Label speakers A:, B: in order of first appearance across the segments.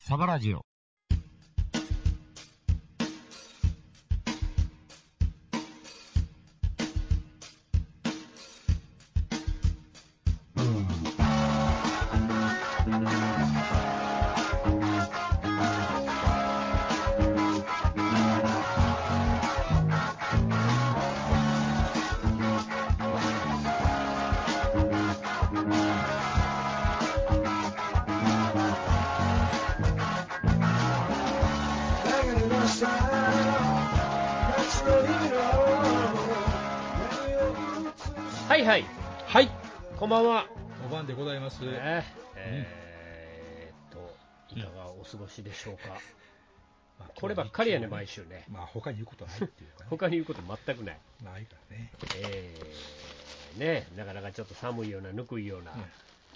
A: サバラジオ。
B: はいはい、
C: はい、
B: こんばんは。
C: お晩でございます。
B: ねえーっと、いかがお過ごしでしょう か。
C: まあ
B: こればっかりやね、
C: 今日は
B: 毎
C: 一
B: 週ね
C: 応。まあ、他に言うことはないっていう か、ね、
B: 他に言うこと全くない。
C: ないからね。
B: えー、ねなかなかちょっと寒いような、ぬくいような。
C: うん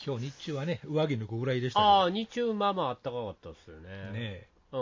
C: 今日日中はね、上着脱ぐぐらいでしたけど。
B: ああ、日中、まあまああったかかったですよね。
C: ねえ
B: うん、あ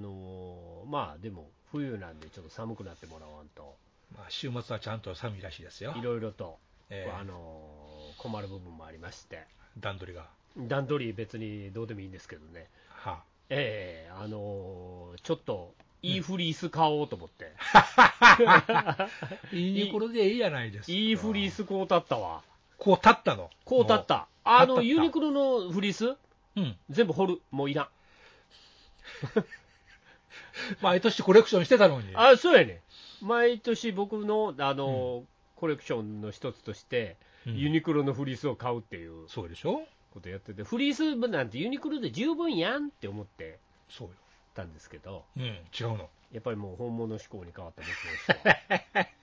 B: のーまあでも、冬なんでちょっと寒くなってもらわんと、
C: まあ、週末はちゃんと寒いらしいですよ
B: い。ろいろと、
C: ええ
B: あのー困る部分もありまして、
C: 段取りが。
B: 段取り別にどうでもいいんですけどね。
C: は
B: ええあのーちょっと、いいフリース買おうと思って、
C: あ、いいところでええやないですか。
B: いいフリー。スこうたったわ、
C: こう立ったの。
B: こうたっ
C: も
B: た、あ
C: 立った
B: のユニクロのフリース、
C: う。うん。
B: 全部掘る、もういらん、
C: 毎年コレクションしてたのに。
B: あそうやねん、毎年僕の、あのーコレクションの一つとして、
C: うん
B: ユニクロのフリースを買うっていう
C: そうでしょ
B: ことやってて、フリースなんてユニクロで十分やんって思って
C: そうよ。
B: たんですけど、
C: うん、違うの。
B: やっぱりもう本物志向に変わった僕の人は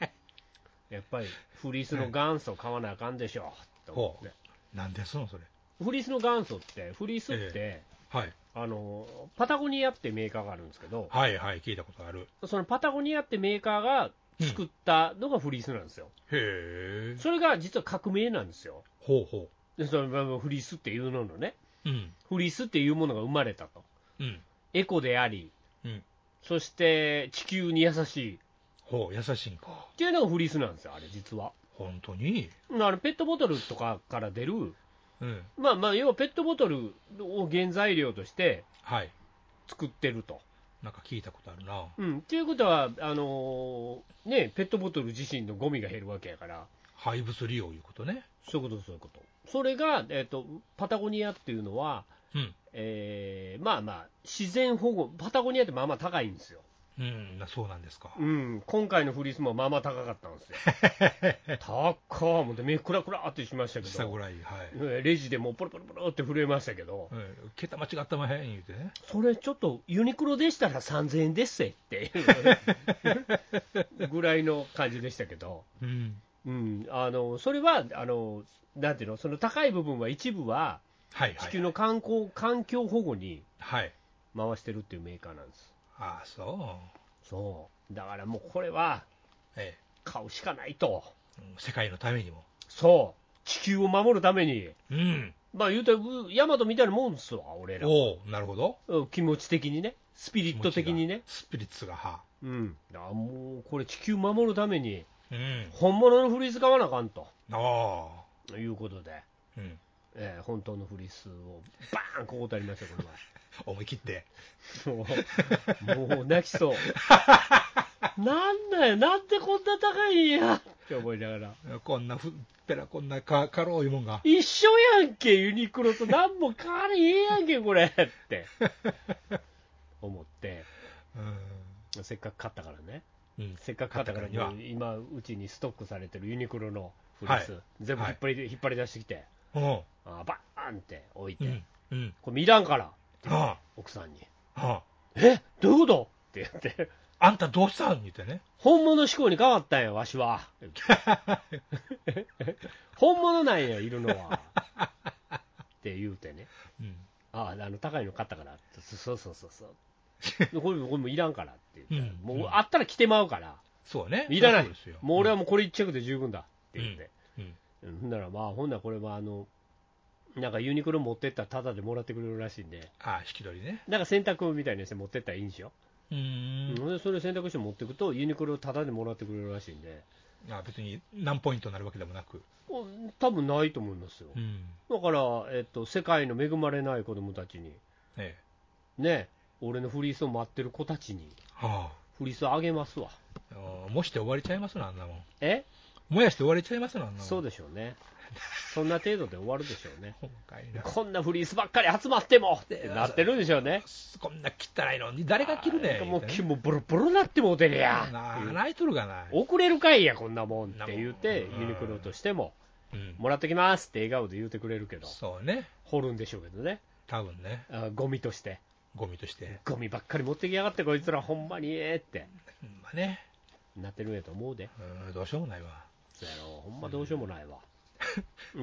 B: やっぱりフリースの元祖買わなあかんでしょと思って
C: なんですの、それ。
B: フリースの元祖ってフリースって、
C: はい。
B: あのパタゴニアってメーカーがあるんですけど
C: はいはい、聞いたことある。
B: そのパタゴニアってメーカーが作ったのがフリースなんですよ、
C: へえ。
B: それが実は革命なんですよ
C: ほうほ
B: でそのフリースっていうののね
C: う。うん。
B: フリースっていうものが生まれたと
C: うん。
B: エコであり
C: うん。
B: そして地球に優しいっ
C: ほう、優しいんか。
B: ていうのがフリースなんですよあれ実は
C: 本当に。
B: あのペットボトルとかから出る、
C: うん。
B: まあまあ、要はペットボトルを原材料として
C: はい。
B: 作ってると。
C: なんか聞いたことあるな。
B: うん、ということは、あのーね、ペットボトル自身のゴミが減るわけやから、
C: 廃物利用いうことね。
B: そういうこと、そういうこと。それが、えっとパタゴニアっていうのは、
C: うん。
B: えーまあまあ、自然保護、パタゴニアってまあまあ高いんですよ。
C: うん、なそうなんですか。
B: うん、今回のフリースもまあまあ高かったんですよ。 高っ思って、目くらくらってしましたけ
C: したぐ
B: ど、
C: らい、はい。
B: うんレジでもうポロポロポロって震えましたけど。
C: うん、桁間違ったまへん言うてね。
B: それちょっとユニクロでしたら3000円ですぜ っていうぐらいの感じでしたけど、
C: うん。
B: うん、あのそれはあのなんていうの、その高い部分は一部は
C: はいはい。
B: 地球の観光環境保護に
C: はい。
B: 回してるっていうメーカーなんです。
C: ああ、そう。
B: そうだからもうこれは
C: え
B: 買うしかないと、
C: えうん世界のためにも。
B: そう、地球を守るために、
C: うん。
B: まあ言うたら、うヤマトみたいなもんですわ、俺らは、
C: おおなるほど。
B: うん気持ち的にね、スピリット的にね、
C: スピリッツが、は。
B: うん、だからもうこれ、地球守るために。
C: うん。
B: 本物のフリース買わなあかんと
C: ああ。
B: いうことで、
C: うん。
B: えー本当のフリースをバーンここたりました、こ
C: 思い切って。
B: れは。もう、もう泣き そう。なんだよ、なんでこんな高いんやって思いながら。
C: こんなふっぺらこんなか、かろういうもんが。
B: 一緒やんけ、ユニクロと何も変わりへんやんけ、これって思って、
C: うん。
B: せっかく買ったからね、
C: うん。
B: せっかく買ったから
C: 買ったからに
B: 今、うちにストックされてるユニクロのフリース、
C: はい
B: 全部引っ張り,、引っ張り出してきて、
C: うん。
B: あーバーンって置いうて。
C: ん。うん。
B: これ見らんから、
C: は
B: 奥さんに。
C: あ。は
B: えどういうことって言って、
C: あ。あんたどうしたん言うてね。
B: 本物志向に変わったんや、わ しは。本物なんや、いるの は。って言うてね。
C: うん。
B: ああ、あの、高いの買ったから。そそうそうそうそう。これもこれもいらんからって言って、
C: うん
B: もうあったら着てまうから、
C: そうね。
B: いらない
C: そうですよ。
B: もう俺はもうこれ一着で十分だって言って、
C: うん。
B: うんほんならまあ、ほんならこれはあの、なんかユニクロ持ってったらタダでもらってくれるらしいんで、
C: ああ、引き取りね。
B: なんか洗濯みたいにして持ってったらいいんでしょ、
C: う。
B: うんん、でそれ選択肢持っていくと、ユニクロをタダでもらってくれるらしいんで、
C: あ別に何ポイントになるわけでもなく、
B: お多分ないと思いますよ、
C: うん
B: だから、えっと、世界の恵まれない子供たちに、
C: え
B: ね、俺のフリースを待ってる子たちに、
C: は
B: フリースあげますわ。
C: ああー、もして終わりちゃいますな、あんなもん。
B: え
C: 燃やして終わりちゃいますな、あんなもん。
B: そう
C: で
B: でしょ うね。そんな程度で終わるでしょうね。
C: す。かいな。
B: こんなフリースばっかり集まってもってなってるんでしょうね。
C: こんな汚いのに、誰が着るねん。
B: もう
C: 言
B: 気
C: うてね
B: もボロボロなってもうてるや
C: なあ
B: ん。
C: 泣いとるがな。
B: 遅れるかいや、こんなもんって言って
C: なも、ん
B: ユニクロとしても、
C: うん。
B: もらってきますって笑顔で言うてくれるけど、
C: そうね。
B: 掘るんでしょうけどね、
C: 多分ね。
B: あゴミとして、
C: ゴミとして。
B: ゴミばっかり持ってきやがって、こいつらほんまにええって
C: うんまあね。
B: なってるんやと思うで、
C: うん、どうしようもないわ。
B: そやろ、ほんまどうしようもないわ。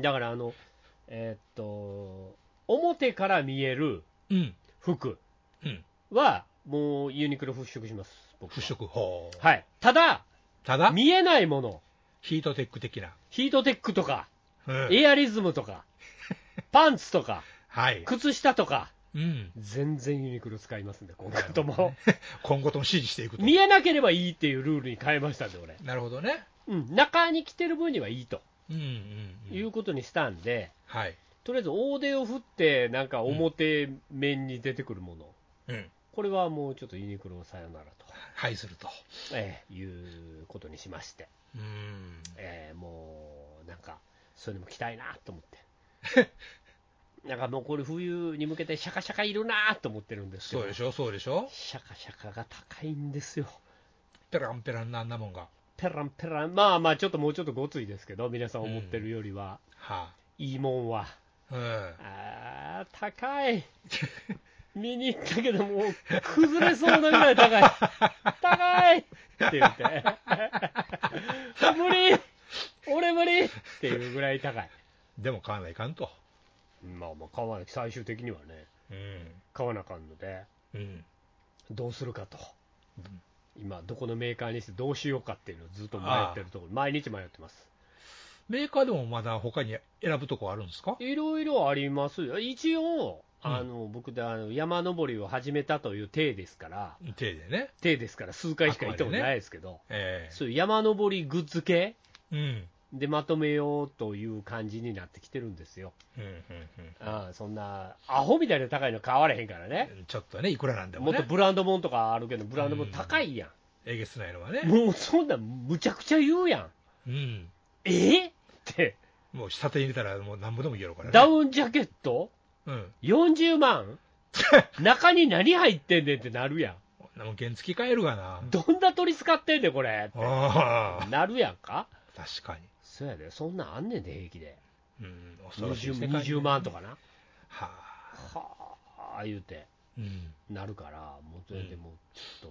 B: だから、あの、えーっと、表から見える
C: うん。
B: 服
C: うん。
B: は、もうユニクロ払拭します、僕は。
C: 払拭。ほう。
B: はい。ただ、
C: ただ、
B: 見えないもの、
C: ヒートテック的な。
B: ヒートテックとか、
C: うん。
B: エアリズムとか、パンツとか、
C: はい。
B: 靴下とか、
C: うん。
B: 全然ユニクロ使いますんで、今回とも。
C: 今後とも支持していくと。
B: 見えなければいいっていうルールに変えましたんで、俺。
C: なるほどね。
B: うん、中に着てる分にはいいと
C: うんうんうん。
B: いうことにしたんで、
C: はい。
B: とりあえず大手を振って、なんか表面に出てくるもの、
C: うん。
B: これはもうちょっとユニクロのさよならと、
C: はいすると。
B: ええいうことにしまして、
C: うん。
B: ええもうなんか、そういうのも着たいなと思 って。なんかもうこれ冬に向けてシャカシャカいるなと思ってるんですけ
C: そう
B: ど
C: で、しょ、そうでしょ。
B: シャカシャカが高いんですよ。
C: ペランペランなあんなもんが。
B: ペランペラン、まあまあ、ちょっともうちょっとごついですけど、皆さん思ってるよりは、
C: はい
B: いもんは。
C: あ。うん。
B: あー、高い。見に行ったけど、もう崩れそうなぐらい高い。高いって言って。無理俺無理っていうぐらい高い。
C: でも買わないかんと。
B: まあまあ、買わなきゃ最終的にはね、
C: うん。
B: 買わなあかんので、
C: うん。
B: どうするかと。
C: うん
B: 今、どこのメーカーにしてどうしようかっていうのをずっと迷ってるところ、毎日迷ってます。
C: メーカーでもまだ他に選ぶとこあるんですか
B: いろいろありますよ、一応、
C: うん
B: あの僕であの山登りを始めたという体ですから、
C: 手でね。
B: 体ですから、数回しか行ったことないですけど、
C: え
B: そういう山登りグッズ系
C: えうん。
B: でまとめようという感じになってきてるんですよ、
C: うんうん
B: ああそんな、アホみたいな高いの買われへんからね、
C: うん。ちょっとね、いくらなんで
B: も
C: も
B: っと
C: ね。
B: ブランドもんとかあるけど、ブランドもん高いや
C: えげつないのは
B: ん、
C: ね。
B: もうそんなんむちゃくちゃ言うや
C: う
B: ん、
C: ん。
B: えって、
C: もう下手に入れたらもうなんぼでも言えるからね。
B: ダウンジャケット
C: うん。
B: 40万、 中に何入ってんねんってなるやん。
C: こんなもん原付き買えるがな。
B: どんな鳥使ってんねんこれって
C: ああ。
B: なるやんか
C: 確かに。
B: そうやでそんなんあんねんで平気で
C: うん。恐ろしい
B: 20,
C: 世界ね
B: 20万と。かな
C: はあ。
B: はあ言うて
C: うん。
B: なるからもうそれで
C: うん
B: もうちょっ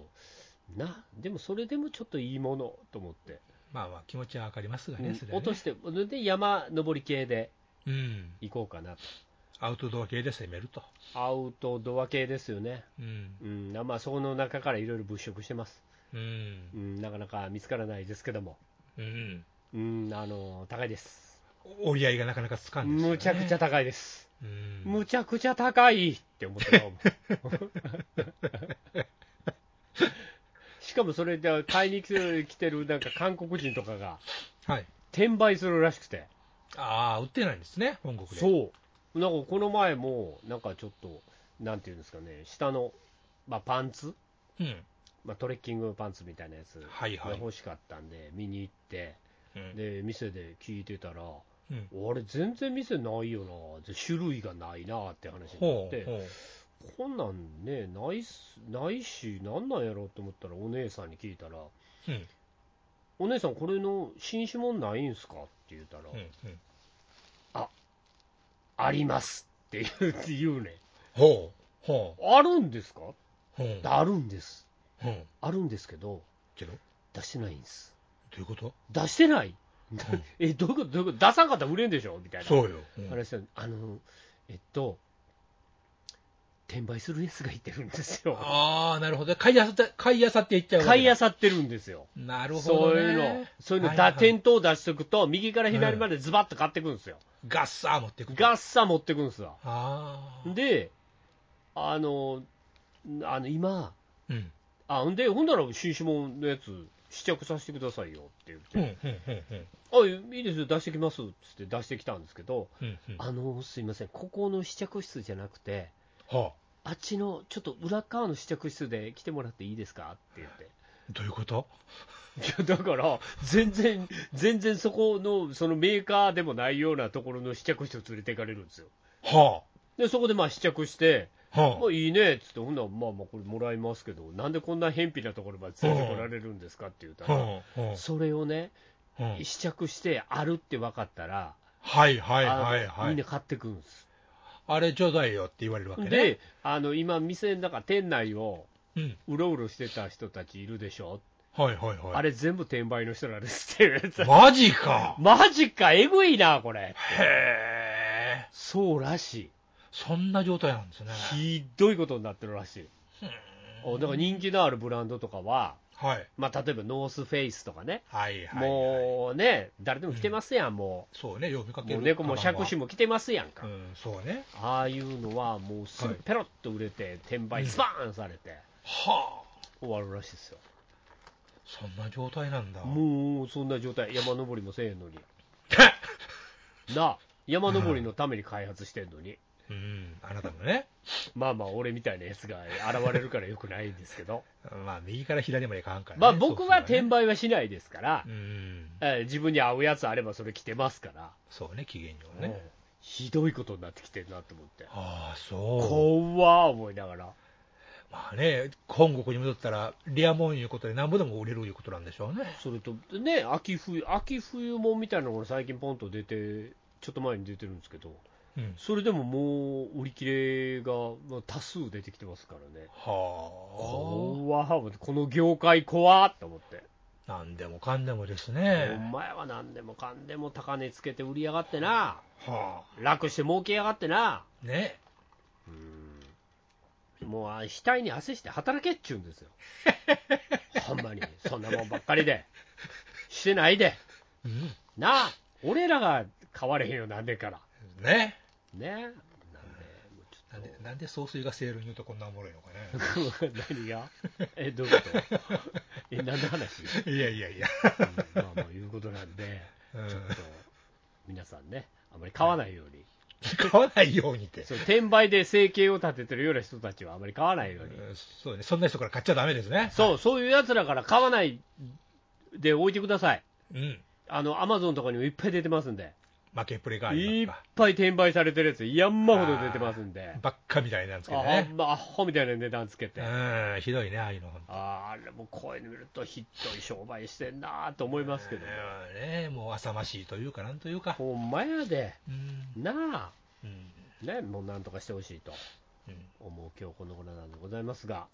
B: と、なでもそれでもちょっといいものと思って、
C: まあまあ気持ちはわかりますが
B: うん
C: ね、それは
B: 落と
C: ね。
B: してそれで山登り系で
C: うん。
B: 行こうかなと
C: アウトドア系で攻めると。
B: アウトドア系ですよね
C: うん。
B: うんまあその中からいろいろ物色してます、
C: うん
B: う。ん、なかなか見つからないですけども
C: うん。
B: うんあの高いです
C: 折り合いがなかなかつかんですよね。
B: むちゃくちゃ。高いです
C: うん。
B: むちゃくちゃ高いって思ってたも んしかもそれで買いに来てる来てるなんか韓国人とかが
C: はい。
B: 転売するらしくて、
C: ああ、売ってないんですね、本国で。う。
B: そう、なんかこの前も、なんかちょっと、なんていうんですかね、下の、まあ、パンツ、
C: うん。
B: まあ、トレッキングパンツみたいなやつが
C: はいはい。
B: 欲しかったんで、見に行って、
C: うん
B: で店で聞いてたら、
C: うん
B: あれ、全然店ないよな、で種類がないなって話になっ
C: ほ
B: て
C: う。。ほう。
B: こんなんねないっすないしなんなんやろうと思ったらお姉さんに聞いたら
C: うん。
B: 「お姉さんこれの新種もんないんすか?」って言ったら「
C: うん。うん。
B: あります」って言うって言うね
C: ほう。ほう。
B: 「あるんですか?」
C: ほう。
B: あるんです
C: ほう。
B: あるんですけど
C: けど、ど
B: 出してないんです
C: ういうこと
B: 出してない、
C: ん
B: えどういうことどういうこと出さんかったら売れんでしょみたいな
C: そうよ。うん
B: 話したあのえっと転売するやつがいてるんですよ
C: ああ、なるほど。買いあさって、買いあさっていっちゃうわけだ。
B: 買い漁ってるんですよ
C: なるほ
B: そ
C: ど
B: う
C: ね。
B: いうの、そういうの、
C: はいはい
B: 打点灯出しておくと、右から左までズバッと買ってくんですよ、
C: ガッサー持ってくと。
B: ガッサ持ってくんですわ、
C: ああ。
B: で、あの、あの今、
C: うん。
B: あんで、ほんなら新種ものやつ、試着させてくださいよって
C: う
B: 言
C: ん。
B: っ
C: う
B: て、
C: ん。うん。うん。
B: あいいですよ、出してきますっつって出してきたんですけど、
C: うん。うん。
B: あの、すいません、ここの試着室じゃなくて、
C: は
B: あっちのちょっと裏側の試着室で来てもらっていいですかって言って。
C: どういうこと
B: いやだから、全然、全然そこのそのメーカーでもないようなところの試着室を連れて行かれるんですよ。
C: は
B: で、そこでまあ試着して、
C: あ、は
B: まあ、いいねっつって、ほんなら、まあまあ、これもらいますけど、なんでこんな偏僻なところまで連れてこられるんですかって言った
C: あ、
B: ら、
C: はあ、は
B: それをね、
C: あ、はあ
B: 試着してあるって分かったら、
C: はいはい
B: あの
C: はいは。
B: みんない買ってくるんです。
C: あれちょうだいよって言われるわけね。
B: で、あの今、店の中、店内を
C: うん、
B: うろうろしてた人たちいるでしょ、
C: はいはいはい。
B: あれ全部転売の人なんですって言われて、
C: マジか
B: マジか、えぐいな、これ。
C: へえ、
B: そうらし
C: そんな状態なんですね
B: い。。ひどいことになってるらしい。おだから人気のあるブランドとかは、
C: はい。
B: まあ、例えばノースフェイスとかね、
C: はいはい、はい。
B: もうね、誰でも来てますやん、も
C: そうね、呼びか
B: う。
C: け
B: も
C: る。
B: う猫も借子も来てますやんか。
C: うん、そうね。
B: ああいうのは、もうすぐ
C: はい
B: ペロッと売れて、転売スパーンされて、
C: はあ、
B: 終わるらしいですよ。
C: そんな状態なんだ。
B: もう、そんな状態。山登りもせえへんのに。なあ、山登りのために開発してんのに。
C: うん、あなたもね、
B: まあまあ、俺みたいなやつが現れるからよくないんですけど。
C: まあ、右から左までいかんから、ね。
B: まあ、僕は
C: そうすれ
B: 転売はしないですから
C: ば、ねうん、
B: えー自分に合うやつあればそれ着てますから。
C: そうね、期限上
B: うん
C: ね。
B: ひどいことになってきてるなと思って。
C: ああ、そう。
B: 怖ー思いながら。
C: まあね、本国に戻ったら、レアもんいうことで、なんぼでも売れるいうことなんでしょうね。
B: それと、ね、秋冬、秋冬もんみたいなのが最近ポンと出て、ちょっと前に出てるんですけど、
C: うん、
B: それでももう売り切れがまあ多数出てきてますからね。
C: は
B: 怖ー思ってこの業界怖ーって思って。
C: あ、なんでもかんでもです
B: お
C: ね。
B: 前は何でもかんでも高値つけて売りやがってな。
C: は
B: 楽して儲けやがって
C: あ、
B: な。
C: ね。
B: うんもうあ額に汗して働けっちゅうん ですよ。ほんまに、そんなもんばっかりで、してないで、
C: うん、
B: なあ、俺らが買われへんよ、なんでから。
C: ね。
B: ねなんで、もう
C: なんで、なんで総帥がセールに言うとこんなおもろいのか ね。
B: ちょっと、何が え、どういうことえ、何の話、うん
C: いやいやいや。
B: まあまあ、いうことなんで、
C: うん
B: ちょっと、皆さんね、あまり買わないように、
C: 買わないようにって。
B: そう転売で生計を立ててるような人たちはあまり買わないように。
C: うんそうね、そんな人から買っちゃダメですね。
B: そう、そういうやつらから買わないで置いてください。
C: うん。
B: あの、アマゾンとかにもいっぱい出てますんで。
C: 負けっぷりがあ
B: い
C: り
B: っ
C: ますか。
B: ぱい転売されてるやつ、山ほど出てますんで。
C: ばっかみたいなんですけど
B: あ
C: ね
B: ほ。んま、アホみたいな値段つけて。あ
C: うん、ひどいね、ああいうの。
B: あー、あれもこういうの見るとひどい商売してんなーと思いますけど。
C: うんね、もう浅ましいというか、なんというか。
B: ほんまやで。
C: うん。
B: なあ。
C: うん。
B: ね、もうなんとかしてほしいと
C: うん
B: 思う今日この頃なんでございますが。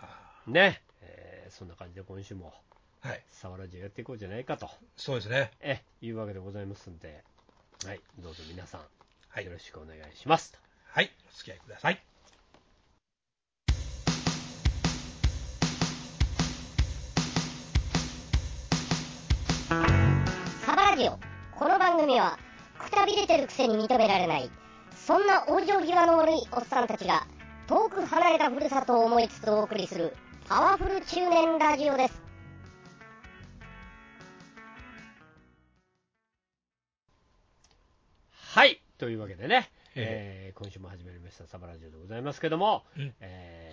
C: あ
B: ね。えーそんな感じで今週も、
C: ーはい、
B: サワラジをやっていこうじゃないかと。
C: そうですね。
B: えいうわけでございますんで、はい、どうぞ皆さん、
C: はい
B: よろしくお願いします。
C: はい、お付き合いください。
A: サバラジオこの番組はくたびれてるくせに認められないそんな往生際の悪いおっさんたちが遠く離れたふるさとを思いつつお送りするパワフル中年ラジオです
B: はい、というわけでね、
C: え
B: えー今週も始まりました、サバラジオでございますけども、
C: うん
B: え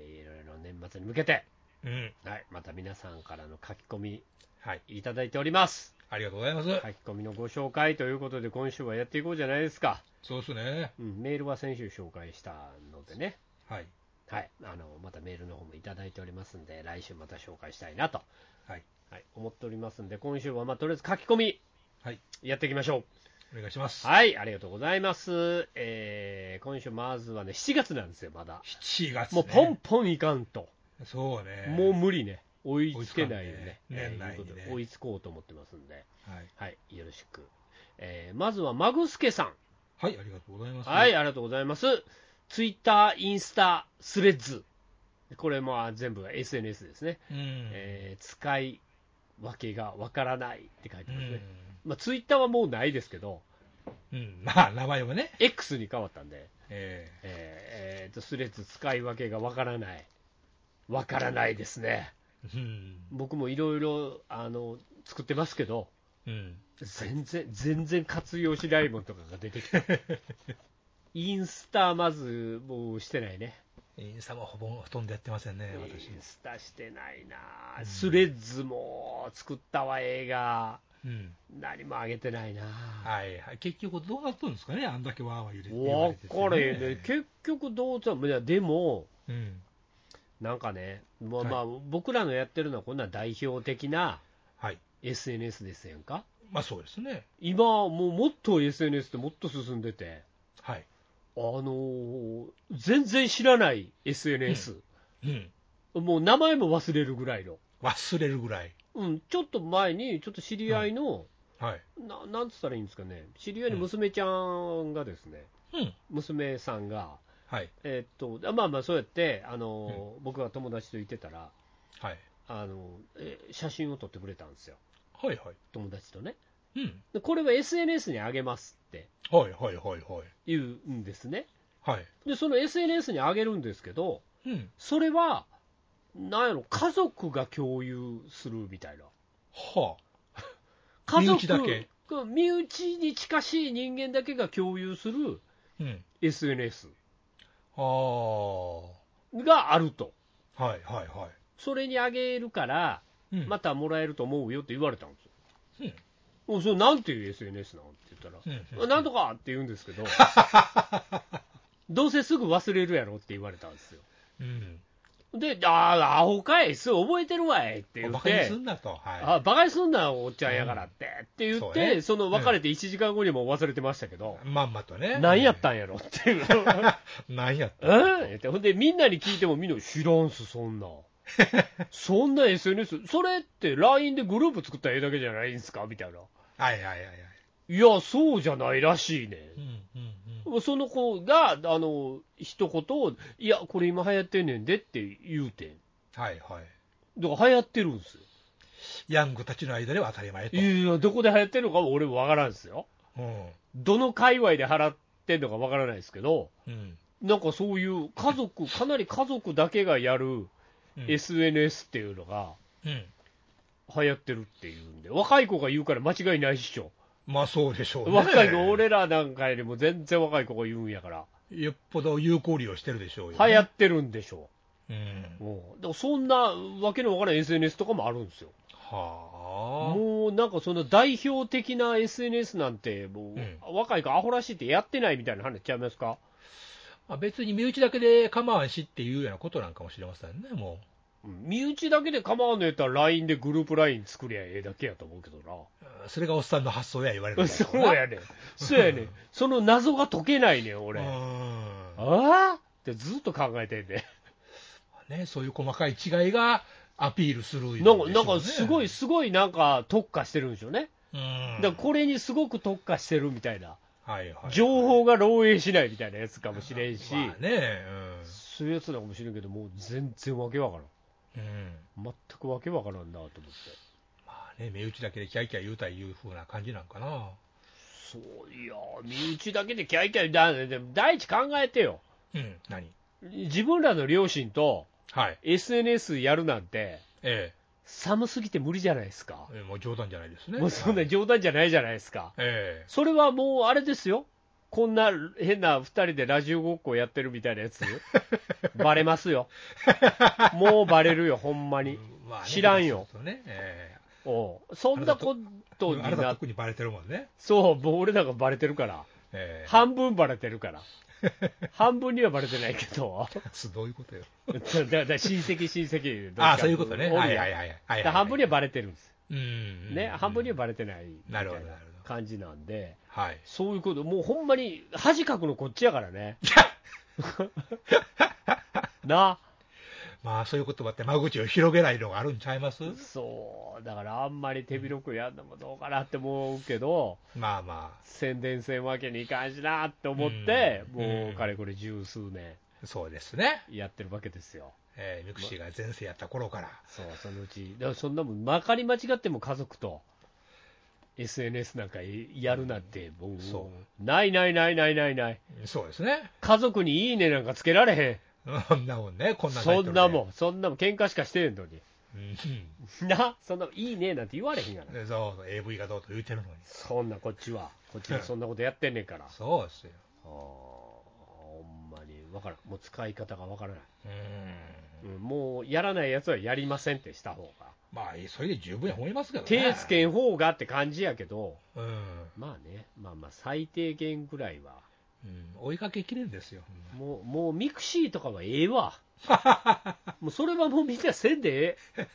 B: ーいろいろ年末に向けて、
C: うん。
B: はい、また皆さんからの書き込み
C: はい、
B: いただいております。
C: ありがとうございます。
B: 書き込みのご紹介ということで、今週はやっていこうじゃないですか。
C: そうですね。
B: うん、メールは先週紹介したのでね。
C: はい。
B: はい、あのまたメールの方もいただいておりますんで、来週また紹介したいなと、
C: はい
B: はい思っておりますんで、今週は、まあ、とりあえず書き込み、
C: はい
B: やっていきましょ
C: お願いします。
B: う。はい、ありがとうございます。えー今週、まずはね、7月なんですよ、まだ。
C: 7月、ね。
B: もうポンポンいかんと、
C: そうね。
B: もう無理ね、追いつけないよね、
C: 追いつかんね
B: えー
C: 年内にね
B: いうことで追いつこうと思ってますんで、
C: はい。
B: はい、よろしく。えーまずは、マグスケさん。
C: はい、ありがとうございます。
B: はい、ありがとうございます。ツイッター、インスタ、スレッズ。これもあ全部 SNS ですね。
C: うん。
B: えー使い分けがわからないって書いてますね。
C: う
B: まあ、ツイッターはもうないですけど、
C: んうん。 まあ、名前はね。
B: X に変わったんで、
C: え
B: えーえーとスレッズ使い分けがわからない。わからないですね。
C: ーうん。
B: 僕もいろいろあの作ってますけど、
C: うん。
B: 全然、全然活 用しないもんとかが出てきて。インスタまずもうしてないね。
C: インスタはほぼほとんどやってませんね、私
B: イン。スタしてないな、スレッズも作ったわ、映画、
C: うん。
B: 何も上げてないな、
C: はいはい。結局どうなっとるんですかね、あんだけわーわー言うて言わ
B: わ
C: れてて
B: かれへんね、結局どうじゃ、いやでも、
C: うん。
B: なんかね、まあ
C: はい
B: まあ、僕らのやってるのは、こんな代表的な
C: はい。
B: SNS ですやんか、
C: まあそうですね。
B: 今、もうもっと SNS ってもっと進んでて、
C: はい。
B: あのー全然知らない SNS、
C: うん。
B: もう名前も忘れるぐらいの、
C: 忘れるぐらい。
B: うん、ちょっと前に、ちょっと知り合いの、
C: はい。
B: ななんつったらいいんですかね、知り合いの娘ちゃんがですね、
C: うん。
B: 娘さんが、
C: はい。
B: えーっとあまあまあ、そうやって、あのー僕が友達といてたら、
C: はい。
B: あのーえ写真を撮ってくれたんですよ、
C: はいはい。
B: 友達とね。
C: うん。
B: でこれは SNS に上げますって
C: はいはいはいはい。
B: 言うんですね。
C: はい。
B: で、その SNS に上げるんですけど、
C: うん。
B: それは、なんやろ、家族が共有するみたいな。
C: は
B: 家族
C: 身内だけ
B: 身内に近しい人間だけが共有する
C: あ。うん。
B: SNS
C: ああ。
B: があると。
C: はいはいは
B: それにあげるから、
C: い。うん。
B: またもらえると思うよって言われたんですよ。
C: うん
B: おそれなんていう SNS なのって言ったら、
C: うん
B: あなんとかって言うんですけど、 どうせすぐ忘れるやろって言われたんですよ。
C: うん。
B: で、ああ、アホかい、すぐ覚えてるわいって言
C: バ
B: っ
C: カに
B: て
C: す、んなと。は
B: あバカにすんな、おっちゃんやからって、って言っ
C: そう
B: て、
C: ね
B: その別れて1時間後にも忘れてましたけど、
C: い。まんまとね。
B: 何やったんやろっ ていう。
C: なんやった
B: ええってほんで、みんなに聞いても、みんな、知らんす、そ んな。そんな SNS、それって LINE でグループ作ったらええだけじゃないんすかみたいな。
C: はいはいはいはい。
B: いや、そうじゃないらしいね
C: う。んうんうん。
B: その子が、あの、一言を、いや、これ今流行ってんねんでって言うてん。
C: はいはい。
B: だから流行ってるんですよ。
C: ヤングたちの間では当たり前と。
B: いや、どこで流行ってるのかも俺もわからんですよ。
C: うん。
B: どの界隈で払ってんのかわからないですけど、
C: うん。
B: なんかそういう家族、かなり家族だけがやる
C: うん。
B: SNS っていうのが、
C: うん。
B: 流行ってるっていうんで、若い子が言うから間違いないっしょ、
C: まあそうでしょうね。
B: 若い子、俺らなんかよりも全然若い子が言うんやから、
C: よっぽど有効利用してるでしょうよ、
B: 流行ってるんでしょ
C: うん
B: う、、うん、でもそんなわけのわからない SNS とかもあるんですよ、
C: はあ。
B: もうなんかその代表的な SNS なんて、
C: う
B: も
C: ん
B: う若い子、アホらしいってやってないみたいな話ちゃいますか、
C: まあ別に身内だけで構わんしっていうようなことなんかもしれませんね、も
B: うん身内だけで構わんのやったら、LINE でグループ LINE 作りゃええだけやと思うけどな、
C: う。それがおっさんの発想や言われるんだ
B: そ
C: ろ
B: う
C: な
B: やねん、そうやねん、その謎が解けないねん、
C: う
B: 俺。あ
C: ん
B: あってずっと考えてんねん。
C: ね、そういう細かい違いがアピールするんでし
B: な
C: ょ
B: ん
C: う
B: か、
C: ね
B: なんかすごい、、すごいなんか特化してるんでしょうね。
C: うん
B: だからこれにすごく特化してるみたいな。
C: はいはい、
B: 情報が漏洩しないみたいなやつかもしれんし、
C: まあね、
B: そういうやつなのかもしれんけど、もう全然わけわから
C: うんうん
B: ん。全くわけわからんなと思って。
C: まあね、身内だけでキャイキャイ言うたいうふうな感じなんかな。
B: そう、いや、身内だけでキャイキャイだ、でも第一考えてよ。
C: うん、何
B: 自分らの両親と
C: はい、
B: SNS やるなんて、
C: え
B: 寒すぎて無理じゃないですか。
C: え、もう冗談じゃないですね。
B: もうそんな冗談じゃないじゃないですか。
C: ええ
B: それはもうあれですよ、こんな変な2人でラジオごっこやってるみたいなやつ、 バレますよ、もうバレるよ、ほんまに、
C: まあね
B: 知らん
C: そう
B: よ。
C: するとねえ
B: おうそんなこと
C: え
B: に
C: あなた
B: なっ
C: 特にバレてるもんね。
B: そう、もう俺なんかバレてるから、
C: ええ
B: 半分バレてるから、半分にはバレてないけ ど、
C: どういうことよ。
B: だから親戚、親戚、
C: ああ、そういうことね。
B: お
C: は
B: る
C: い
B: やん
C: はいはいはいはいはい。
B: だから半分にはバレてるんです、
C: うんうん。
B: ね、半分には
C: は。
B: バレてないみた
C: な
B: い
C: るほどな
B: な
C: るほど
B: 感じなんで、
C: はい。
B: そういうこと、もうほんまに恥かくのこっちやから ね。なあ。
C: まあそういう言葉って間口を広げないのがあるんちゃいます
B: そう、だからあんまり手広くやんのもどうかなって思うけど、
C: まあま
B: 宣伝せんわけにいかんしなって思って、
C: うん
B: も
C: う
B: うんかれこれ十数年
C: あ、そうですね。
B: やってるわけですよ。
C: ええミクシーが前世やった頃から。
B: そう、そのうち、だからそんなもん、まかり間違っても家族と SNS なんかやるなんて、も、
C: そう
B: ないないないないないない、
C: そうですね。
B: 家族にいいねなんかつけられへ
C: そんなもんね、こん
B: ん、
C: な
B: そんな
C: う
B: もん、そんなもん、喧嘩しかしてへんのに。
C: ん。
B: な、そんな、いいねなんて言われへんやな。
C: うん。そうそう、AV がどうと言うてるのに。
B: そんな、 こっちは。こっちはそんなことやってんねんから。あ
C: そうですよ。
B: ーほんまに。わからん。もう使い方がわからない。
C: うーん。
B: うんもうやらないやつはやりませんってした 方が。
C: まあ、それで十分や思いますけどね。
B: 手つけん方がって感じやけど、
C: うん。
B: まあね、まあまあ最低限ぐらいは。
C: うん。追いかけきれんですよ。
B: もう、もうミクシーとかはええ わ。もうそれはもうみんなせんでええ。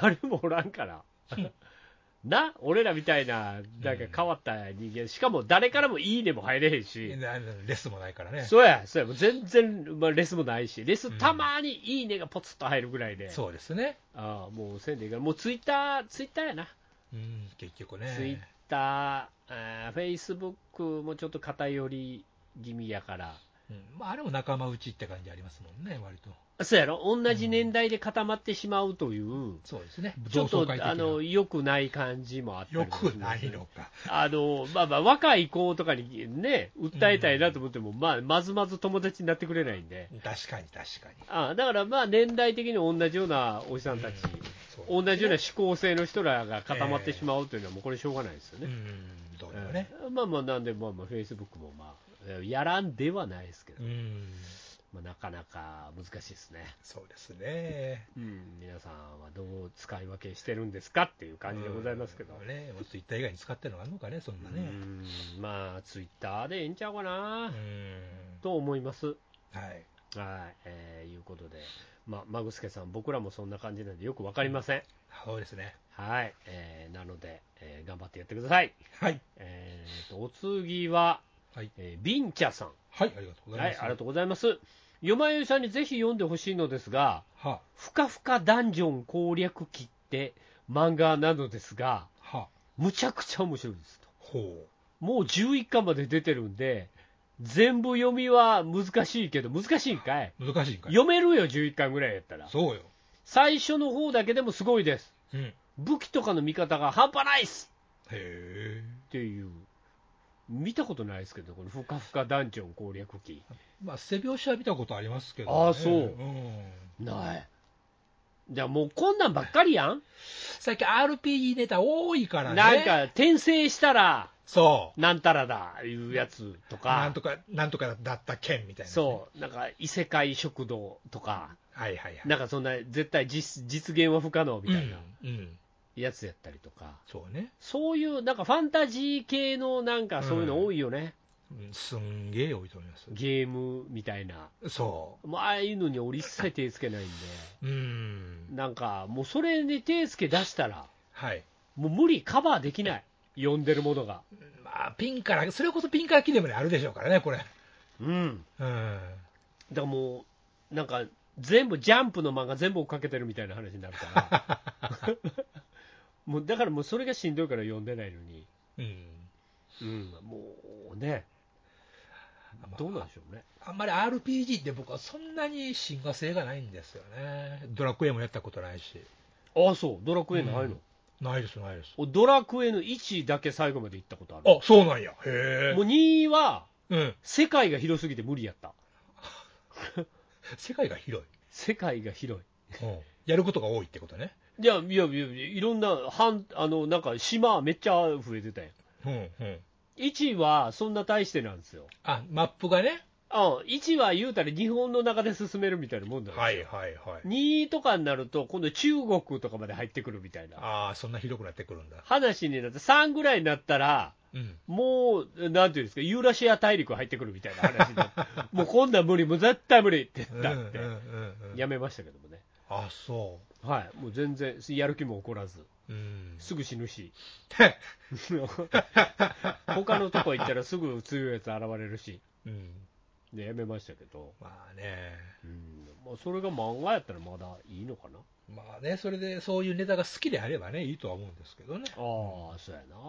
B: 誰もおらん から。な、俺らみたいな、なんか変わった人間、しかも誰からもいいねも入れへんし、
C: なレスもないからね。
B: そうや、そうや、もう全然、まあ、レスもないし、レスたまにいいねがポツッと入るぐらいで、
C: そうですね。
B: ああもうせんでいいから、もうツイッター、ツイッターやな、
C: うん、結局ね。
B: ツイッター、フェイスブックもちょっと偏り気味やから、
C: うんまあ、あれも仲間内って感じありますもんね、割と。
B: そうやろ、同じ年代で固まってしまうという、
C: そうですね。
B: ちょっ
C: 同
B: と
C: 窓会的な
B: あの良くない感じもあった
C: よ
B: りも
C: く
B: しま
C: な
B: す
C: い
B: ね
C: のか。
B: あの、まあまあ、若い子とかにね、訴えたいなと思っても、まあ、まずまず友達になってくれないんで、
C: 確かに確かに。
B: あだからまあ、年代的に同じようなおじさんた
C: う
B: ち、同じような思考性の人らが固まってしまうというのは、もうこれ、しょうがないですよ
C: う
B: ね。
C: ん、どうだろうね。
B: うんまあまあ、なんで、まあまあ、フェイスブックもまあ、やらんではないですけど
C: う、ん、
B: まあ、なかなか難しいですね。
C: そうですね。
B: うん、皆さんはどう使い分けしてるんですかっていう感じでございますけど。
C: うんね、もうツイッター以外に使ってるのがあるのかね、そんな
B: う
C: ね。
B: んまあ、ツイッターでええんちゃうかな、
C: うん
B: と思います。
C: はい。
B: はい、えーいうことで、まあ、マグスケさん、僕らもそんな感じなんでよくわかりません。
C: そうですね。
B: はい、えーなので、えー頑張ってやってください。
C: はい。
B: えーと、お次は、
C: はい。
B: えービンチャさん。
C: はい、ありがとうござ
B: はいい
C: ま、す。
B: ありがとうございます。よまゆさんにぜひ読んでほしいのですが、
C: は
B: ふかふかダンジョン攻略記って漫画なのですが、
C: あ、はあ、
B: むちゃくちゃ面白いですと。
C: ほ
B: もう11巻まで出てるんで、全部読みは難しいけど、難しいんかい。
C: う。難しいんかい。
B: 読めるよ、11巻ぐらいやったら。
C: そうよ。
B: 最初の方だけでもすごいです。
C: うん。へ
B: 武器とかの見方が半端ないっす
C: え。
B: っていう。見たことないですけど、このふかふかダンジョン攻略記。
C: まあ、背拍子は見たことありますけど、
B: ああそう
C: うん。
B: ない。じゃあもうこんなんばっかりやん。
C: 最近 RPG ネタ多いからね。
B: なんか転生したら、
C: そう。
B: なんたらだ、いうやつと
C: なん
B: か
C: と。か、なんとかだった件みたいな、
B: そう、なんか異世界食堂とか、
C: う。はいはいはい。
B: なんかそんな絶対実実現は不可能みたいな
C: うん。うん
B: やつやったりとか、
C: そうね。
B: そういうなんかファンタジー系のなんかそういうの多いよね、
C: うんすんげえ多いと思います。
B: ゲームみたいな、
C: そ
B: もうああいうのに俺一切手つけないん
C: う。うん
B: で、。なんかもうそれに手つけ出したら、
C: はい。
B: もう無理、カバーできない、読んでるものが。
C: まあ、ピンから、それこそピンから切れまであるでしょうからね、これ。
B: うん、
C: うん。
B: だからもう、なんか全部、ジャンプの漫画全部追っかけてるみたいな話になるから、 もうだからもうそれがしんどいから読んでないのに。
C: うん。
B: うん、もうね、どうなんでしょうね。
C: あんまり RPG って僕はそんなに親和性がないんですよね。ドラクエもやったことないし。
B: ああ、そう、ドラクエないの、
C: うんないです、ないです。
B: おドラクエの1だけ最後まで行ったことある。
C: あ、そうなんや。へえ
B: も。う2は、
C: うん。
B: 世界が広すぎて無理やった。
C: 世界が広
B: 世界が広い。
C: い。うん。やることが多いってことね。
B: いや、いや、いや、いろんな、はんあの、なんか、島めっちゃ増えてたやん。
C: うん、うん。
B: 1はそんな大してなんですよ。
C: あ、マップがね。
B: あ1は言うたら日本の中で進めるみたいなもんなんですよ。
C: はいはい。
B: 2とかになると、今度中国とかまで入ってくるみたいな
C: ああ、そんな広くなってくるんだ。
B: 話になって、3ぐらいになったら、
C: うん。
B: もう、なんていうんですか、ユーラシア大陸入ってくるみたいな話にな って、もうこんなん無理、もう絶対無理って
C: うんう
B: 言っ
C: ん
B: た
C: う
B: って、
C: んうん。
B: やめましたけどもね、
C: あ、そ
B: はい、もう全然、やる気も起こらず、
C: う。うん。
B: すぐ死 ぬし、他のとこ行ったらすぐ強いやつ現れるし、
C: うん。
B: でやめましたけど、
C: まあね。
B: うんまあ、それが漫画やったらまだいいのかな、
C: まあね、それでそういうネタが好きであればね、いいとは思うんですけどね。
B: ああ、そうやな、
C: う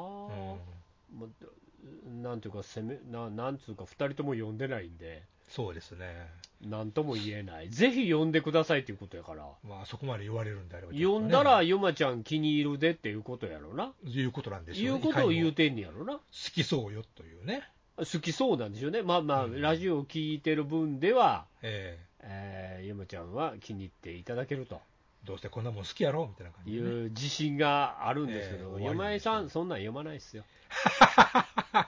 C: ん。
B: まあなんていうか、せめななんつうか、2人とも読んでないんで、
C: そうですね。
B: なんとも言えない、ぜひ読んでくださいということやから。
C: まあそこまで言われるんであれば、
B: 読んだら、
C: ね、
B: ヨマちゃん気に入るでっていうことやろな。
C: いうことなんでし
B: い
C: ょう
B: うことを言
C: いうか
B: てんねやろ
C: にも
B: な。
C: 好きそうよというね。
B: 好きそうなんでしょうね。まあまあ、
C: うん
B: ラジオを聞いてる分では、
C: え
B: えー、ヨマちゃんは気に入っていただけると。
C: えどうせこんなもん好きやろみたいな感じ
B: い
C: でね、
B: う自信があるんですけど、
C: ええ
B: 山井さん、そんなん読まな いですよ。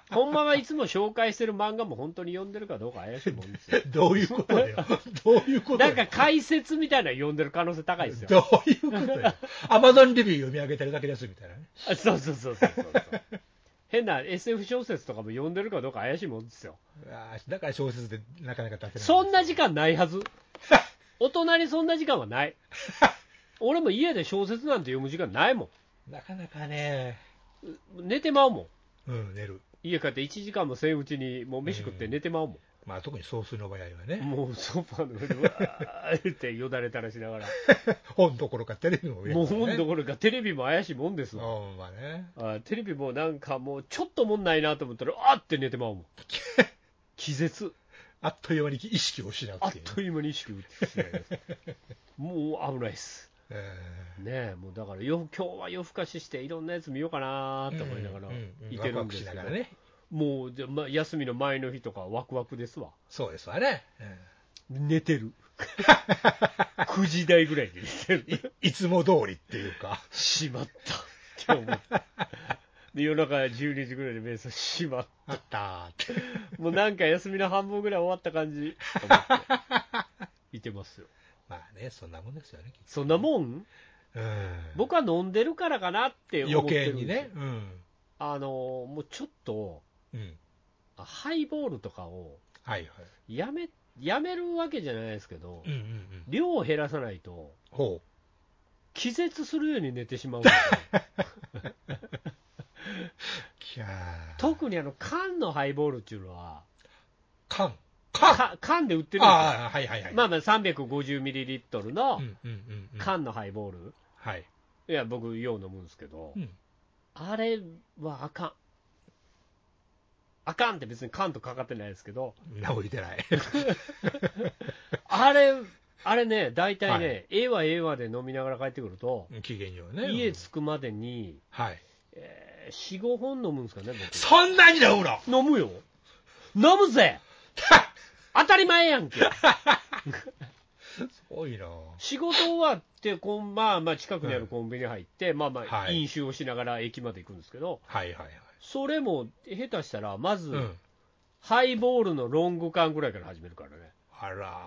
B: ほんまはいつも紹介してる漫画も本当に読んでるかどうか怪しいもんで すよ。
C: どういうことだ よ。どういうこと
B: な
C: だ
B: ん
C: よ。
B: か解説みたいなの読んでる可能性高 いですよ。
C: どういうことよ。アマゾンレビュー読み上げてるだけですみたいなね。
B: あそうそうそうそうそう そう。変な SF 小説とかも読んでるかどうか怪しいもんですよ。
C: あーだから小説でなかなか出せない。
B: そんな時間ない はず。大人にそんな時間はない。俺も家で小説なんて読む時間ないも
C: なかなかね、
B: ん。寝てまうもん。
C: うん、寝る。
B: 家帰って1時間もせんうちに、もう飯食って寝てまうもん。
C: まあ特に総帥の場合はね、
B: もうソファーの上で、うわーってよだれ垂らしながら、
C: 本どころかテレビも上
B: もう本ど
C: ろ
B: ころかテレビも怪しいもんですわ。
C: うん、まあね。
B: あテレビもなんかもう、ちょっともんないなと思ったら、あーって寝 てまうもん。気絶、
C: あっという間に意識を失う
B: あ
C: っ
B: って
C: いうね、
B: という間に意識を失い ます。もう危ないです。
C: え
B: ねえ、もうだからよ、今日は夜更かしして、いろんなやつ見ようかな
C: ー
B: と思いながら
C: うんうん、
B: いてるんです
C: ワ
B: け
C: クワクしな
B: ど
C: がら、ね。
B: もうじゃあ、ま、休みの前の日とか、ワクワクですわ。
C: そうですわね。うん
B: 寝て る。9時台ぐらいに寝てる。
C: いつも通りっていう か、
B: しまったって思う。で夜中12時ぐらいで目覚めてしまった
C: あったーって。
B: もうなんか休みの半分ぐらい終わった感じと思っていてますよ
C: まあね、そんなもんですよね。きっ
B: そんなもん
C: とうん、
B: 僕は飲んでるからかなって思っ
C: 余計
B: てるんです
C: に
B: よ
C: ね。うん。
B: あのもうちょっと
C: うん。
B: あハイボールとかを
C: はいはい。
B: やめやめるわけじゃないですけど
C: うん、うんうん。
B: 量を減らさないと、
C: ほ
B: 気絶するように寝 てしまうんですよ
C: う。きゃー。
B: 特にあの缶のハイボールっていうのは、
C: 缶。缶
B: か缶で売ってるんですよ、
C: ああ、はいはいはい。
B: まあまあ350ミリリットルの
C: うんうんうんうん。
B: 缶のハイボール、
C: はい。
B: いや、僕、よう飲むんですけど、
C: うん。
B: あれはあかん。あかんって別に缶とかかってないですけ ど、
C: 何も言ってない。
B: あれ、あれね、大体
C: は
B: ね、ええわええわで飲みながら帰ってくると、
C: 期限よね。
B: 家着くまでに、
C: はい。
B: えー、4、5本飲むんですかね、僕。
C: そんなに飲むの
B: 飲むよ飲むぜ当たり前やんけ
C: すごいな
B: 仕事終わってこん、まあ、まあ近くにあるコンビニ入って、まあまあ
C: はい
B: 飲酒をしながら駅まで行くんですけど、
C: はいはいはい。
B: それも下手したらまず、
C: うん。
B: ハイボールのロング缶ぐらいから始めるからね、
C: あら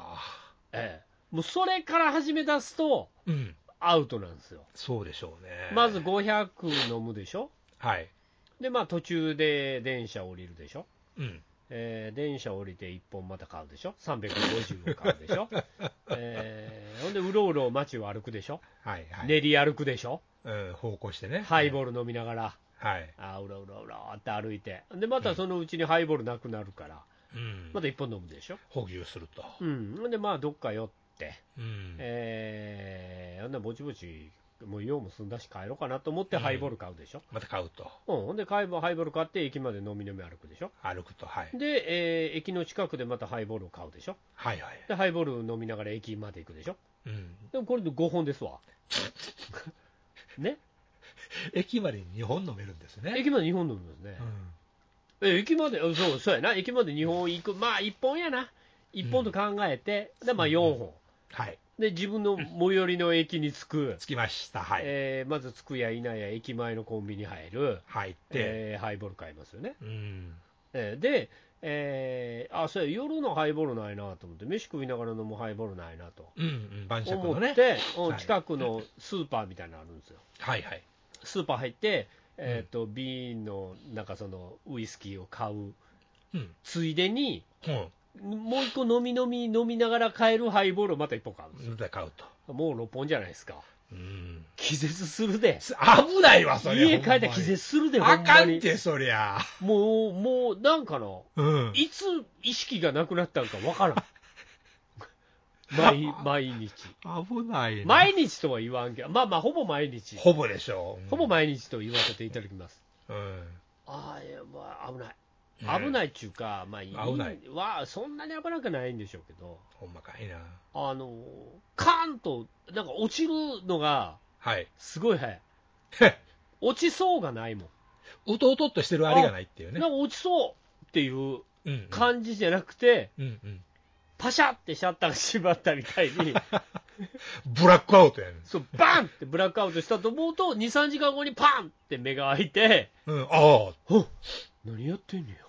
B: ええ、もうそれから始め出すと
C: ー。うん。
B: アウトなんですよ
C: そうでしょうね。
B: まず。500飲むでしょ
C: はい。
B: でまあ途中で電車降りるでしょ
C: うん。
B: えー電車降りて1本また買うでしょ、350を買うで しょ、えーほんでうろうろ街を歩くでしょ、
C: はいはい。
B: 練り歩くでしょ、
C: うん、方向してね。
B: ハイボール飲みながら、
C: はい。
B: あーうろうろうろーって歩いて、でまたそのうちにハイボールなくなるから、
C: うん。
B: また1本飲むでしょ、
C: 補給すると。
B: うん、ほんでまあどっか寄って、
C: うん。
B: えー、ほんでぼちぼち、もう用も済んだし帰ろうかなと思ってハイボール買うでしょ、
C: また買うと。
B: うん、ほんでハイボハイボール買って駅まで飲み飲み歩くでしょ、
C: 歩くと。はい。
B: で、えー駅の近くでまたハイボールを買うでしょ。
C: はいはい。
B: で、ハイボール飲みながら駅まで行くでしょ。
C: うん。
B: でもこれで5本ですわ。 ね
C: 駅まで2本飲めるんですね。
B: 駅まで2本飲むんですね
C: う。ん。
B: え、駅まで、あそう、そうやな。駅まで2本行く。まあ、1本やな。1本と考えて、で、まあ4本。
C: はい。
B: で、自分の最寄りの駅に着く。
C: 着きました。はい。
B: えーまず着くや否や駅前のコンビニ入る。
C: 入って。
B: えーハイボール買いますよね。
C: うん。
B: えーで、えーあ、そうや、夜のハイボールないなと思って、飯食いながら飲むハイボールないなと
C: うんうん。晩酌
B: 思
C: の
B: っ
C: ね。
B: て、うん
C: はい
B: 近くのスーパーみたいなのあるんですよ。
C: はいはい。
B: スーパー入って、えー、と瓶のなんかそのウイスキーを買う、
C: うん。
B: ついでに、
C: うん。
B: もう一個飲み飲み飲みながら買えるハイボールをまた一本買うんです
C: それで買うと。
B: よ、もう6本じゃないですか、
C: うん。
B: 気絶するで、
C: す危ないわ、それ。
B: 家帰ったら気絶するで、
C: ほん
B: ほ
C: ま
B: ん
C: に
B: ま
C: あかん
B: に
C: って、そりゃ。
B: もう、もうなんかの、
C: うん。
B: いつ意識がなくなったのかわ からん。毎毎日
C: 危ないな。
B: 毎日とは言わんけど、まあまあ、ほぼ毎日、
C: ほぼでしょ。うん
B: ほぼ。毎日と言わせていただきます。
C: うん。
B: ああ、いやまあ、危ない。
C: うん
B: 危ないっちゅうか、まあ、いい
C: 危ない
B: はそんなに危なくないんでしょうけど、
C: ほんまかいな。
B: あのカーンとなんか落ちるのが
C: はい。
B: すごい早い、落ちそうがないもん、
C: うとうとっとしてるあれがないっていうね
B: なん。か落ちそうっていう
C: うんうん。
B: 感じじゃなくて、
C: うんうん。
B: パシャってシャッターが閉まったみたいに、
C: ブラックアウトやねん。
B: そう、バンってブラックアウトしたと思うと、2、3時間後にパンって目が開いて、
C: うん、あ
B: お何やってんねや。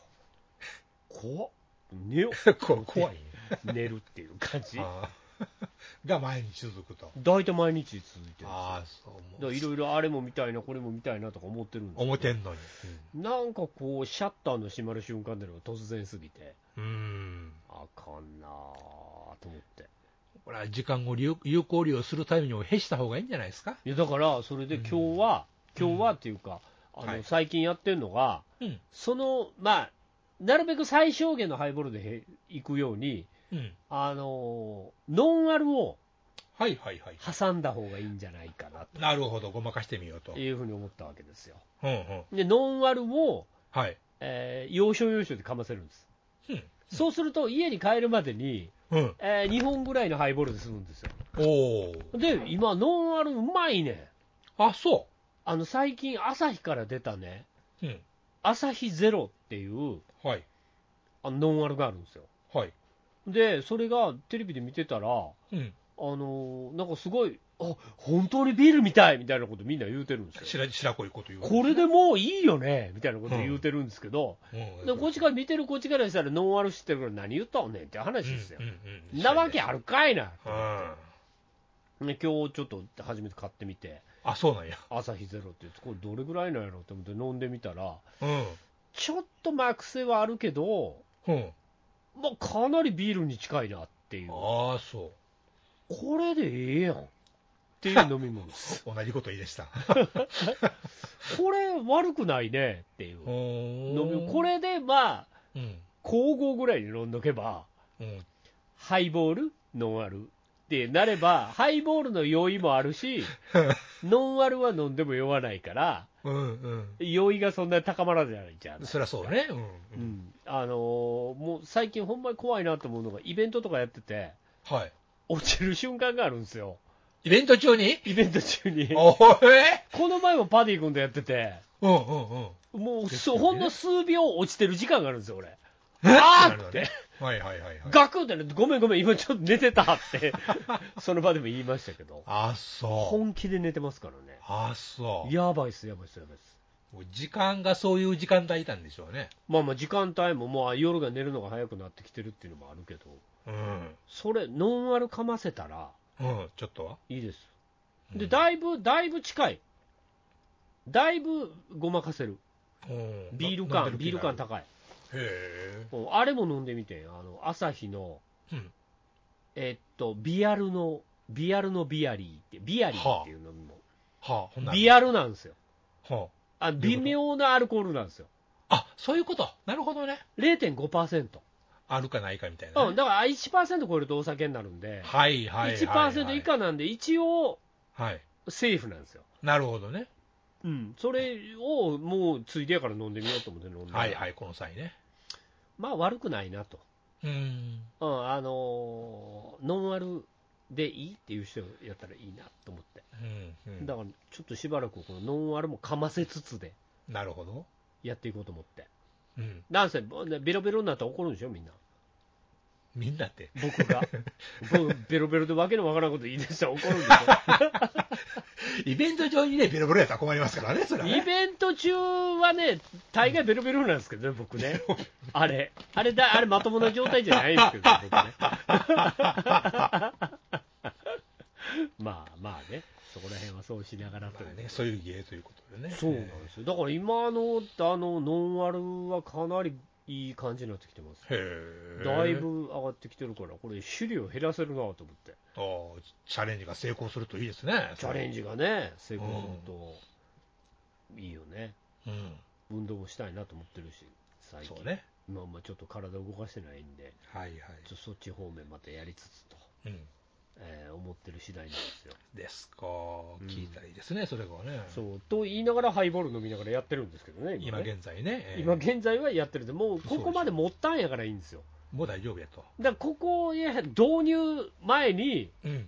B: 怖っ。寝よ。
C: あ、こ怖いね。
B: 寝るっていう感じ。
C: あ ーが毎日続くと。
B: 大体毎日続いてる。
C: ああ、そう。
B: だ
C: も
B: から
C: う
B: いろいろあれも見たいな、これも見たいなとか思ってるんですけど
C: 思ってんのに。
B: なんかこう、シャッターの閉まる瞬間でのが突然すぎて、
C: うん。うん
B: あかんなぁと思って。
C: これは時間を有有効利用するためにも、へした方がいいんじゃないですか。
B: いや、だから、それで今日は、今日はっていうか、あの、
C: はい
B: 最近やってるのが、
C: うん。
B: その、まあ、なるべく最小限のハイボールでへ行くように、
C: うん。
B: あのーノンアルを
C: はいはいはい。
B: 挟んだ方がいいんじゃないかな
C: なるほど、ごまかしてみようと。
B: というふうに思ったわけですよ。
C: うんうん。
B: で、ノンアルを、
C: はい。
B: えー要所要所でかませるんです。
C: うん。
B: そうすると、家に帰るまでに、
C: うん。
B: え2本ぐらいのハイボールで済むんですよ。
C: おお。
B: で、今、ノンアルうまいねん。
C: あ、そ
B: あの、最近、朝日から出たね、
C: う。うん。
B: 朝日ゼロっていう、
C: はい。
B: あのノンアルがあるんですよ。
C: はい。
B: で、それがテレビで見てたら、あの
C: うん。
B: ーなんかすごい、あ本当にビールみたいみたいなことみんな言うてるんですよ。
C: 白白子いこと言う。
B: これでもういいよねみたいなこと言うてるんですけど、
C: うん。
B: でこっちから見てるこっちからしたら、ノンアル知ってるから何言ったんねんって話ですよ。
C: うんうんうん
B: なわけあるかいな。
C: うん。
B: で今日ちょっと初めて買ってみて、
C: あ、そうなんや。
B: 朝日ゼロって言って、これどれぐらいなんやろって思って飲んでみたら、
C: うん。
B: ちょっとまあ癖はあるけど、
C: うん。
B: まあ、かなりビールに近いなっていう、こ
C: ああ、そ
B: れでええやんっていう飲み物です。
C: う。同じこと言いでした。
B: これ悪くないねっていう
C: おー
B: 飲みこ。れでまあ、
C: うん。
B: 交互ぐらいに飲んどけば、
C: うん。
B: ハイボール、ノンアルってなれば、ハイボールの酔いもある し、ノンアルは飲んでも酔わないから、
C: うん
B: 酔いがそんなに高まらないじゃ
C: うんん。。そりゃそうね。う。
B: うんんあのーもう最近、ほんまに怖いなと思うのが、イベントとかやってて、
C: はい。
B: 落ちる瞬間があるんですよ、
C: イベント中に
B: イベント中に。
C: おえ
B: この前もパディ君とやってて、
C: うんうんうん。
B: もう
C: です
B: そ
C: よ
B: う、
C: ね
B: ほんの数秒落ちてる時間があるんですよ、俺。
C: あ
B: ーって
C: はいはいはいはい。
B: ガクってね、ごめんごめん、今ちょっと寝てた って、その場でも言いましたけど、
C: あ、そう。
B: 本気で寝てますからね。
C: あ、そう。
B: やばいっす、やばいっす、やばいっす。
C: もう時間がそういう時間帯いたんでしょうね。
B: まあまあ、時間帯も、まあ、夜が寝るのが早くなってきてるっていうのもあるけど、
C: うん。
B: それ、ノンアルかませたら
C: うん、ちょっとはい
B: いです。
C: う
B: で、
C: ん
B: だいぶ、だいぶ近い。だいぶごまかせる。
C: うん
B: ビール感、
C: 飲んで
B: ビ
C: る
B: ール
C: 気になる
B: 感高い。
C: へ
B: うんあれも飲んでみてんあの朝日の、
C: うん
B: えっと、ビアルの、ビアルのビアリーって、ビアリーっていう飲み物、
C: え。はあ、ほんなら
B: ビアルなんですよ
C: は
B: あ、
C: どういう
B: 微
C: こと
B: 妙なアルコールなんですよ、
C: あ。あ、そういうこと。なるほどね。
B: 0.5%、
C: あるかないかみたいなね。
B: うん、だから1%超えるとお酒になるんで、
C: はいはいはいはい。
B: 1%以。下なんで、一応
C: はい。
B: セーフなんですよ、
C: なるほどね。
B: うん、それをもうついでやから飲んでみようと思って飲んで、
C: はいはい、この際ね。
B: まあ悪くないなと、
C: うん。
B: うんあのーノンアルでいいっていう人やったらいいなと思って。
C: うんうん
B: だからちょっとしばらくこのノンアルもかませつつで
C: なるほど。
B: やっていこうと思って。
C: うん。
B: なんせ、ぼベロベロになったら怒るんでしょ、みんな。
C: みんなって。
B: 僕 が。僕、ベロベロでわけのわからんこと言い出したら怒る んで
C: イベント上にね、ベロベロやったら困りますからね、それは
B: しょ。イ
C: ね。
B: ベント中はね、大概ベロベロなんですけどね、僕ね。あれ、あれだ、あれまともな状態じゃないんですけどね、僕ね。まあまあね、そこら辺はそうしながら
C: ま
B: という
C: あね、そういう芸ということでね。
B: そうなんですよ。だから今の、あの、ノンアルはかなりいい感じになってきてます。
C: へえ。
B: だい。ぶ上がってきてるから、これ、種類を減らせるなと思って、
C: ああ、チャレンジが成功するといいですね。
B: チャレンジがね、成功すると、いいよね、
C: うん。
B: 運動もしたいなと思ってるし、最近、
C: そうね。
B: まあまあちょっと体動かしてないんで、
C: はいはい。
B: ちょっとそっち方面またやりつつと、
C: うん。
B: えー思ってる次第なんですよ。
C: ですか。聞いたらいいですね、それがね。
B: そうと言いながら、ハイボール飲みながらやってるんですけどね、
C: 今
B: 今ね
C: 現在ね。えー
B: 今現在はやってるんで、もうここまで持ったんやからいいんですよ。
C: もう大丈夫やと。
B: だからここへ導入前に
C: うん。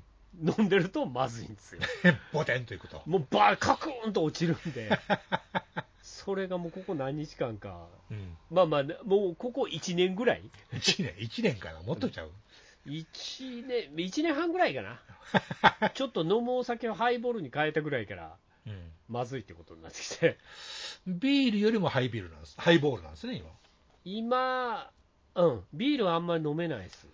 B: 飲んでるとまずいんですよ。
C: ボテンといくと。
B: もうバーカクーンと落ちる んで、それがもうここ何日間か、
C: うん。
B: まあまあ、もうここ1年ぐらい、
C: 1年、一年かな、もっとちゃう。
B: 1年、1年半ぐらいかな。 ちょっと飲むお酒をハイボールに変えたぐらいから、
C: う
B: まずいってことになってきて。
C: ん、ビールよりもハイビールなんです。ハイボールなんですね、今。
B: 今、うん、ビールはあんまり飲めないです。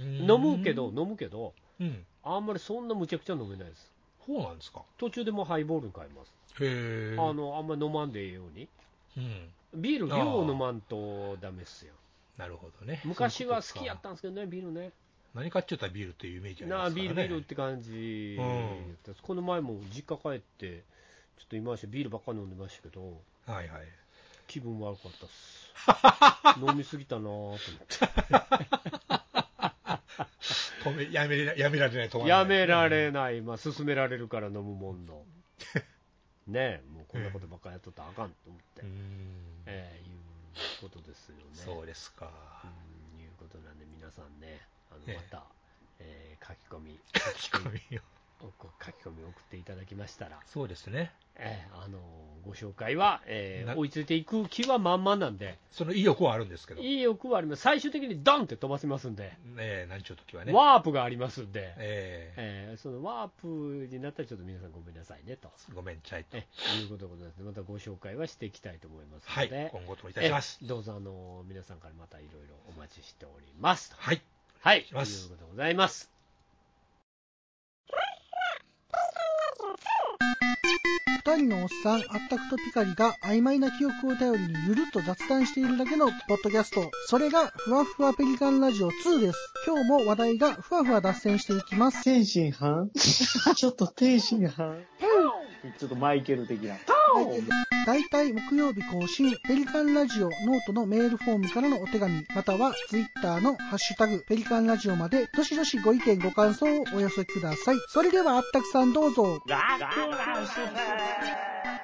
C: うん
B: 飲むけど、、飲むけど、
C: うん、
B: あんまりそんなむちゃくちゃ飲めないです。
C: そうなんですか。
B: 途中でもうハイボールに変えます。
C: へえ。
B: あの、あんまり飲まんでええように。
C: うん、
B: ビール
C: あー
B: 量を飲まんとダメっすよ。
C: なるほどね。
B: 昔は好きや
C: そういうことか。
B: ったんですけどね、ビールね。
C: 何かって言ったらビールっていうイメージあり
B: な
C: ま
B: あ
C: すから
B: ビー
C: ね。
B: ル、ビールって感じ、
C: うん
B: この前も実家帰って、ちょっと今ましてビールばっかり飲んでましたけど、
C: はいはい。
B: 気分悪かったっす。 飲みすぎたなぁと思って。
C: 止めやめれなやめられない、止まらない。
B: やめられない、まあ、勧められるから飲むもんの。ねえ、もうこんなことばっかりやっとったらあかんと思って、
C: うん。
B: ええいうことですよね。
C: そうですか。
B: うんいうことなんで、皆さんね、あ
C: え
B: の
C: え
B: また、えー書き込み、
C: 書き込みを。
B: おこ書き込み送っていただきましたら、
C: そうですね。
B: えーあのご紹介は、えー
C: な
B: 追いついていく気は満々なんで、
C: その意欲はあるんですけど。ね
B: いい欲はあります、最終的にドンって飛ばせますんで、
C: え、何ちょうときはね。
B: ワープがありますんで、
C: ええ
B: えーそのワープになったら、ちょっと皆さんごめんなさいねと。
C: ごめんちゃいと。
B: えいうことでございますまたご紹介はしていきたいと思います
C: は
B: の
C: い
B: で、、
C: 今後ともいたします。
B: えどうぞあの皆さんからまたいろいろお待ちしておりますと。
C: はい。
B: はい、
C: お願い
B: とい
C: し
B: う
C: ま
B: ことでございます。
D: 二人のおっさん、あったくとピカリが曖昧な記憶を頼りにゆるっと雑談しているだけのポッドキャスト。それが、ふわふわペリカンラジオ2です。今日も話題がふわふわ脱線していきます。
E: 天津飯 ちょっと天津飯ちょっとマイケル的な。
D: 大体木曜日更新、ペリカンラジオノートのメールフォームからのお手紙、またはツイッターのハッシュタグ、ペリカンラジオまで、どしどしご意見ご感想をお寄せください。それではあったくさんどうぞ。
E: 楽なおすすめ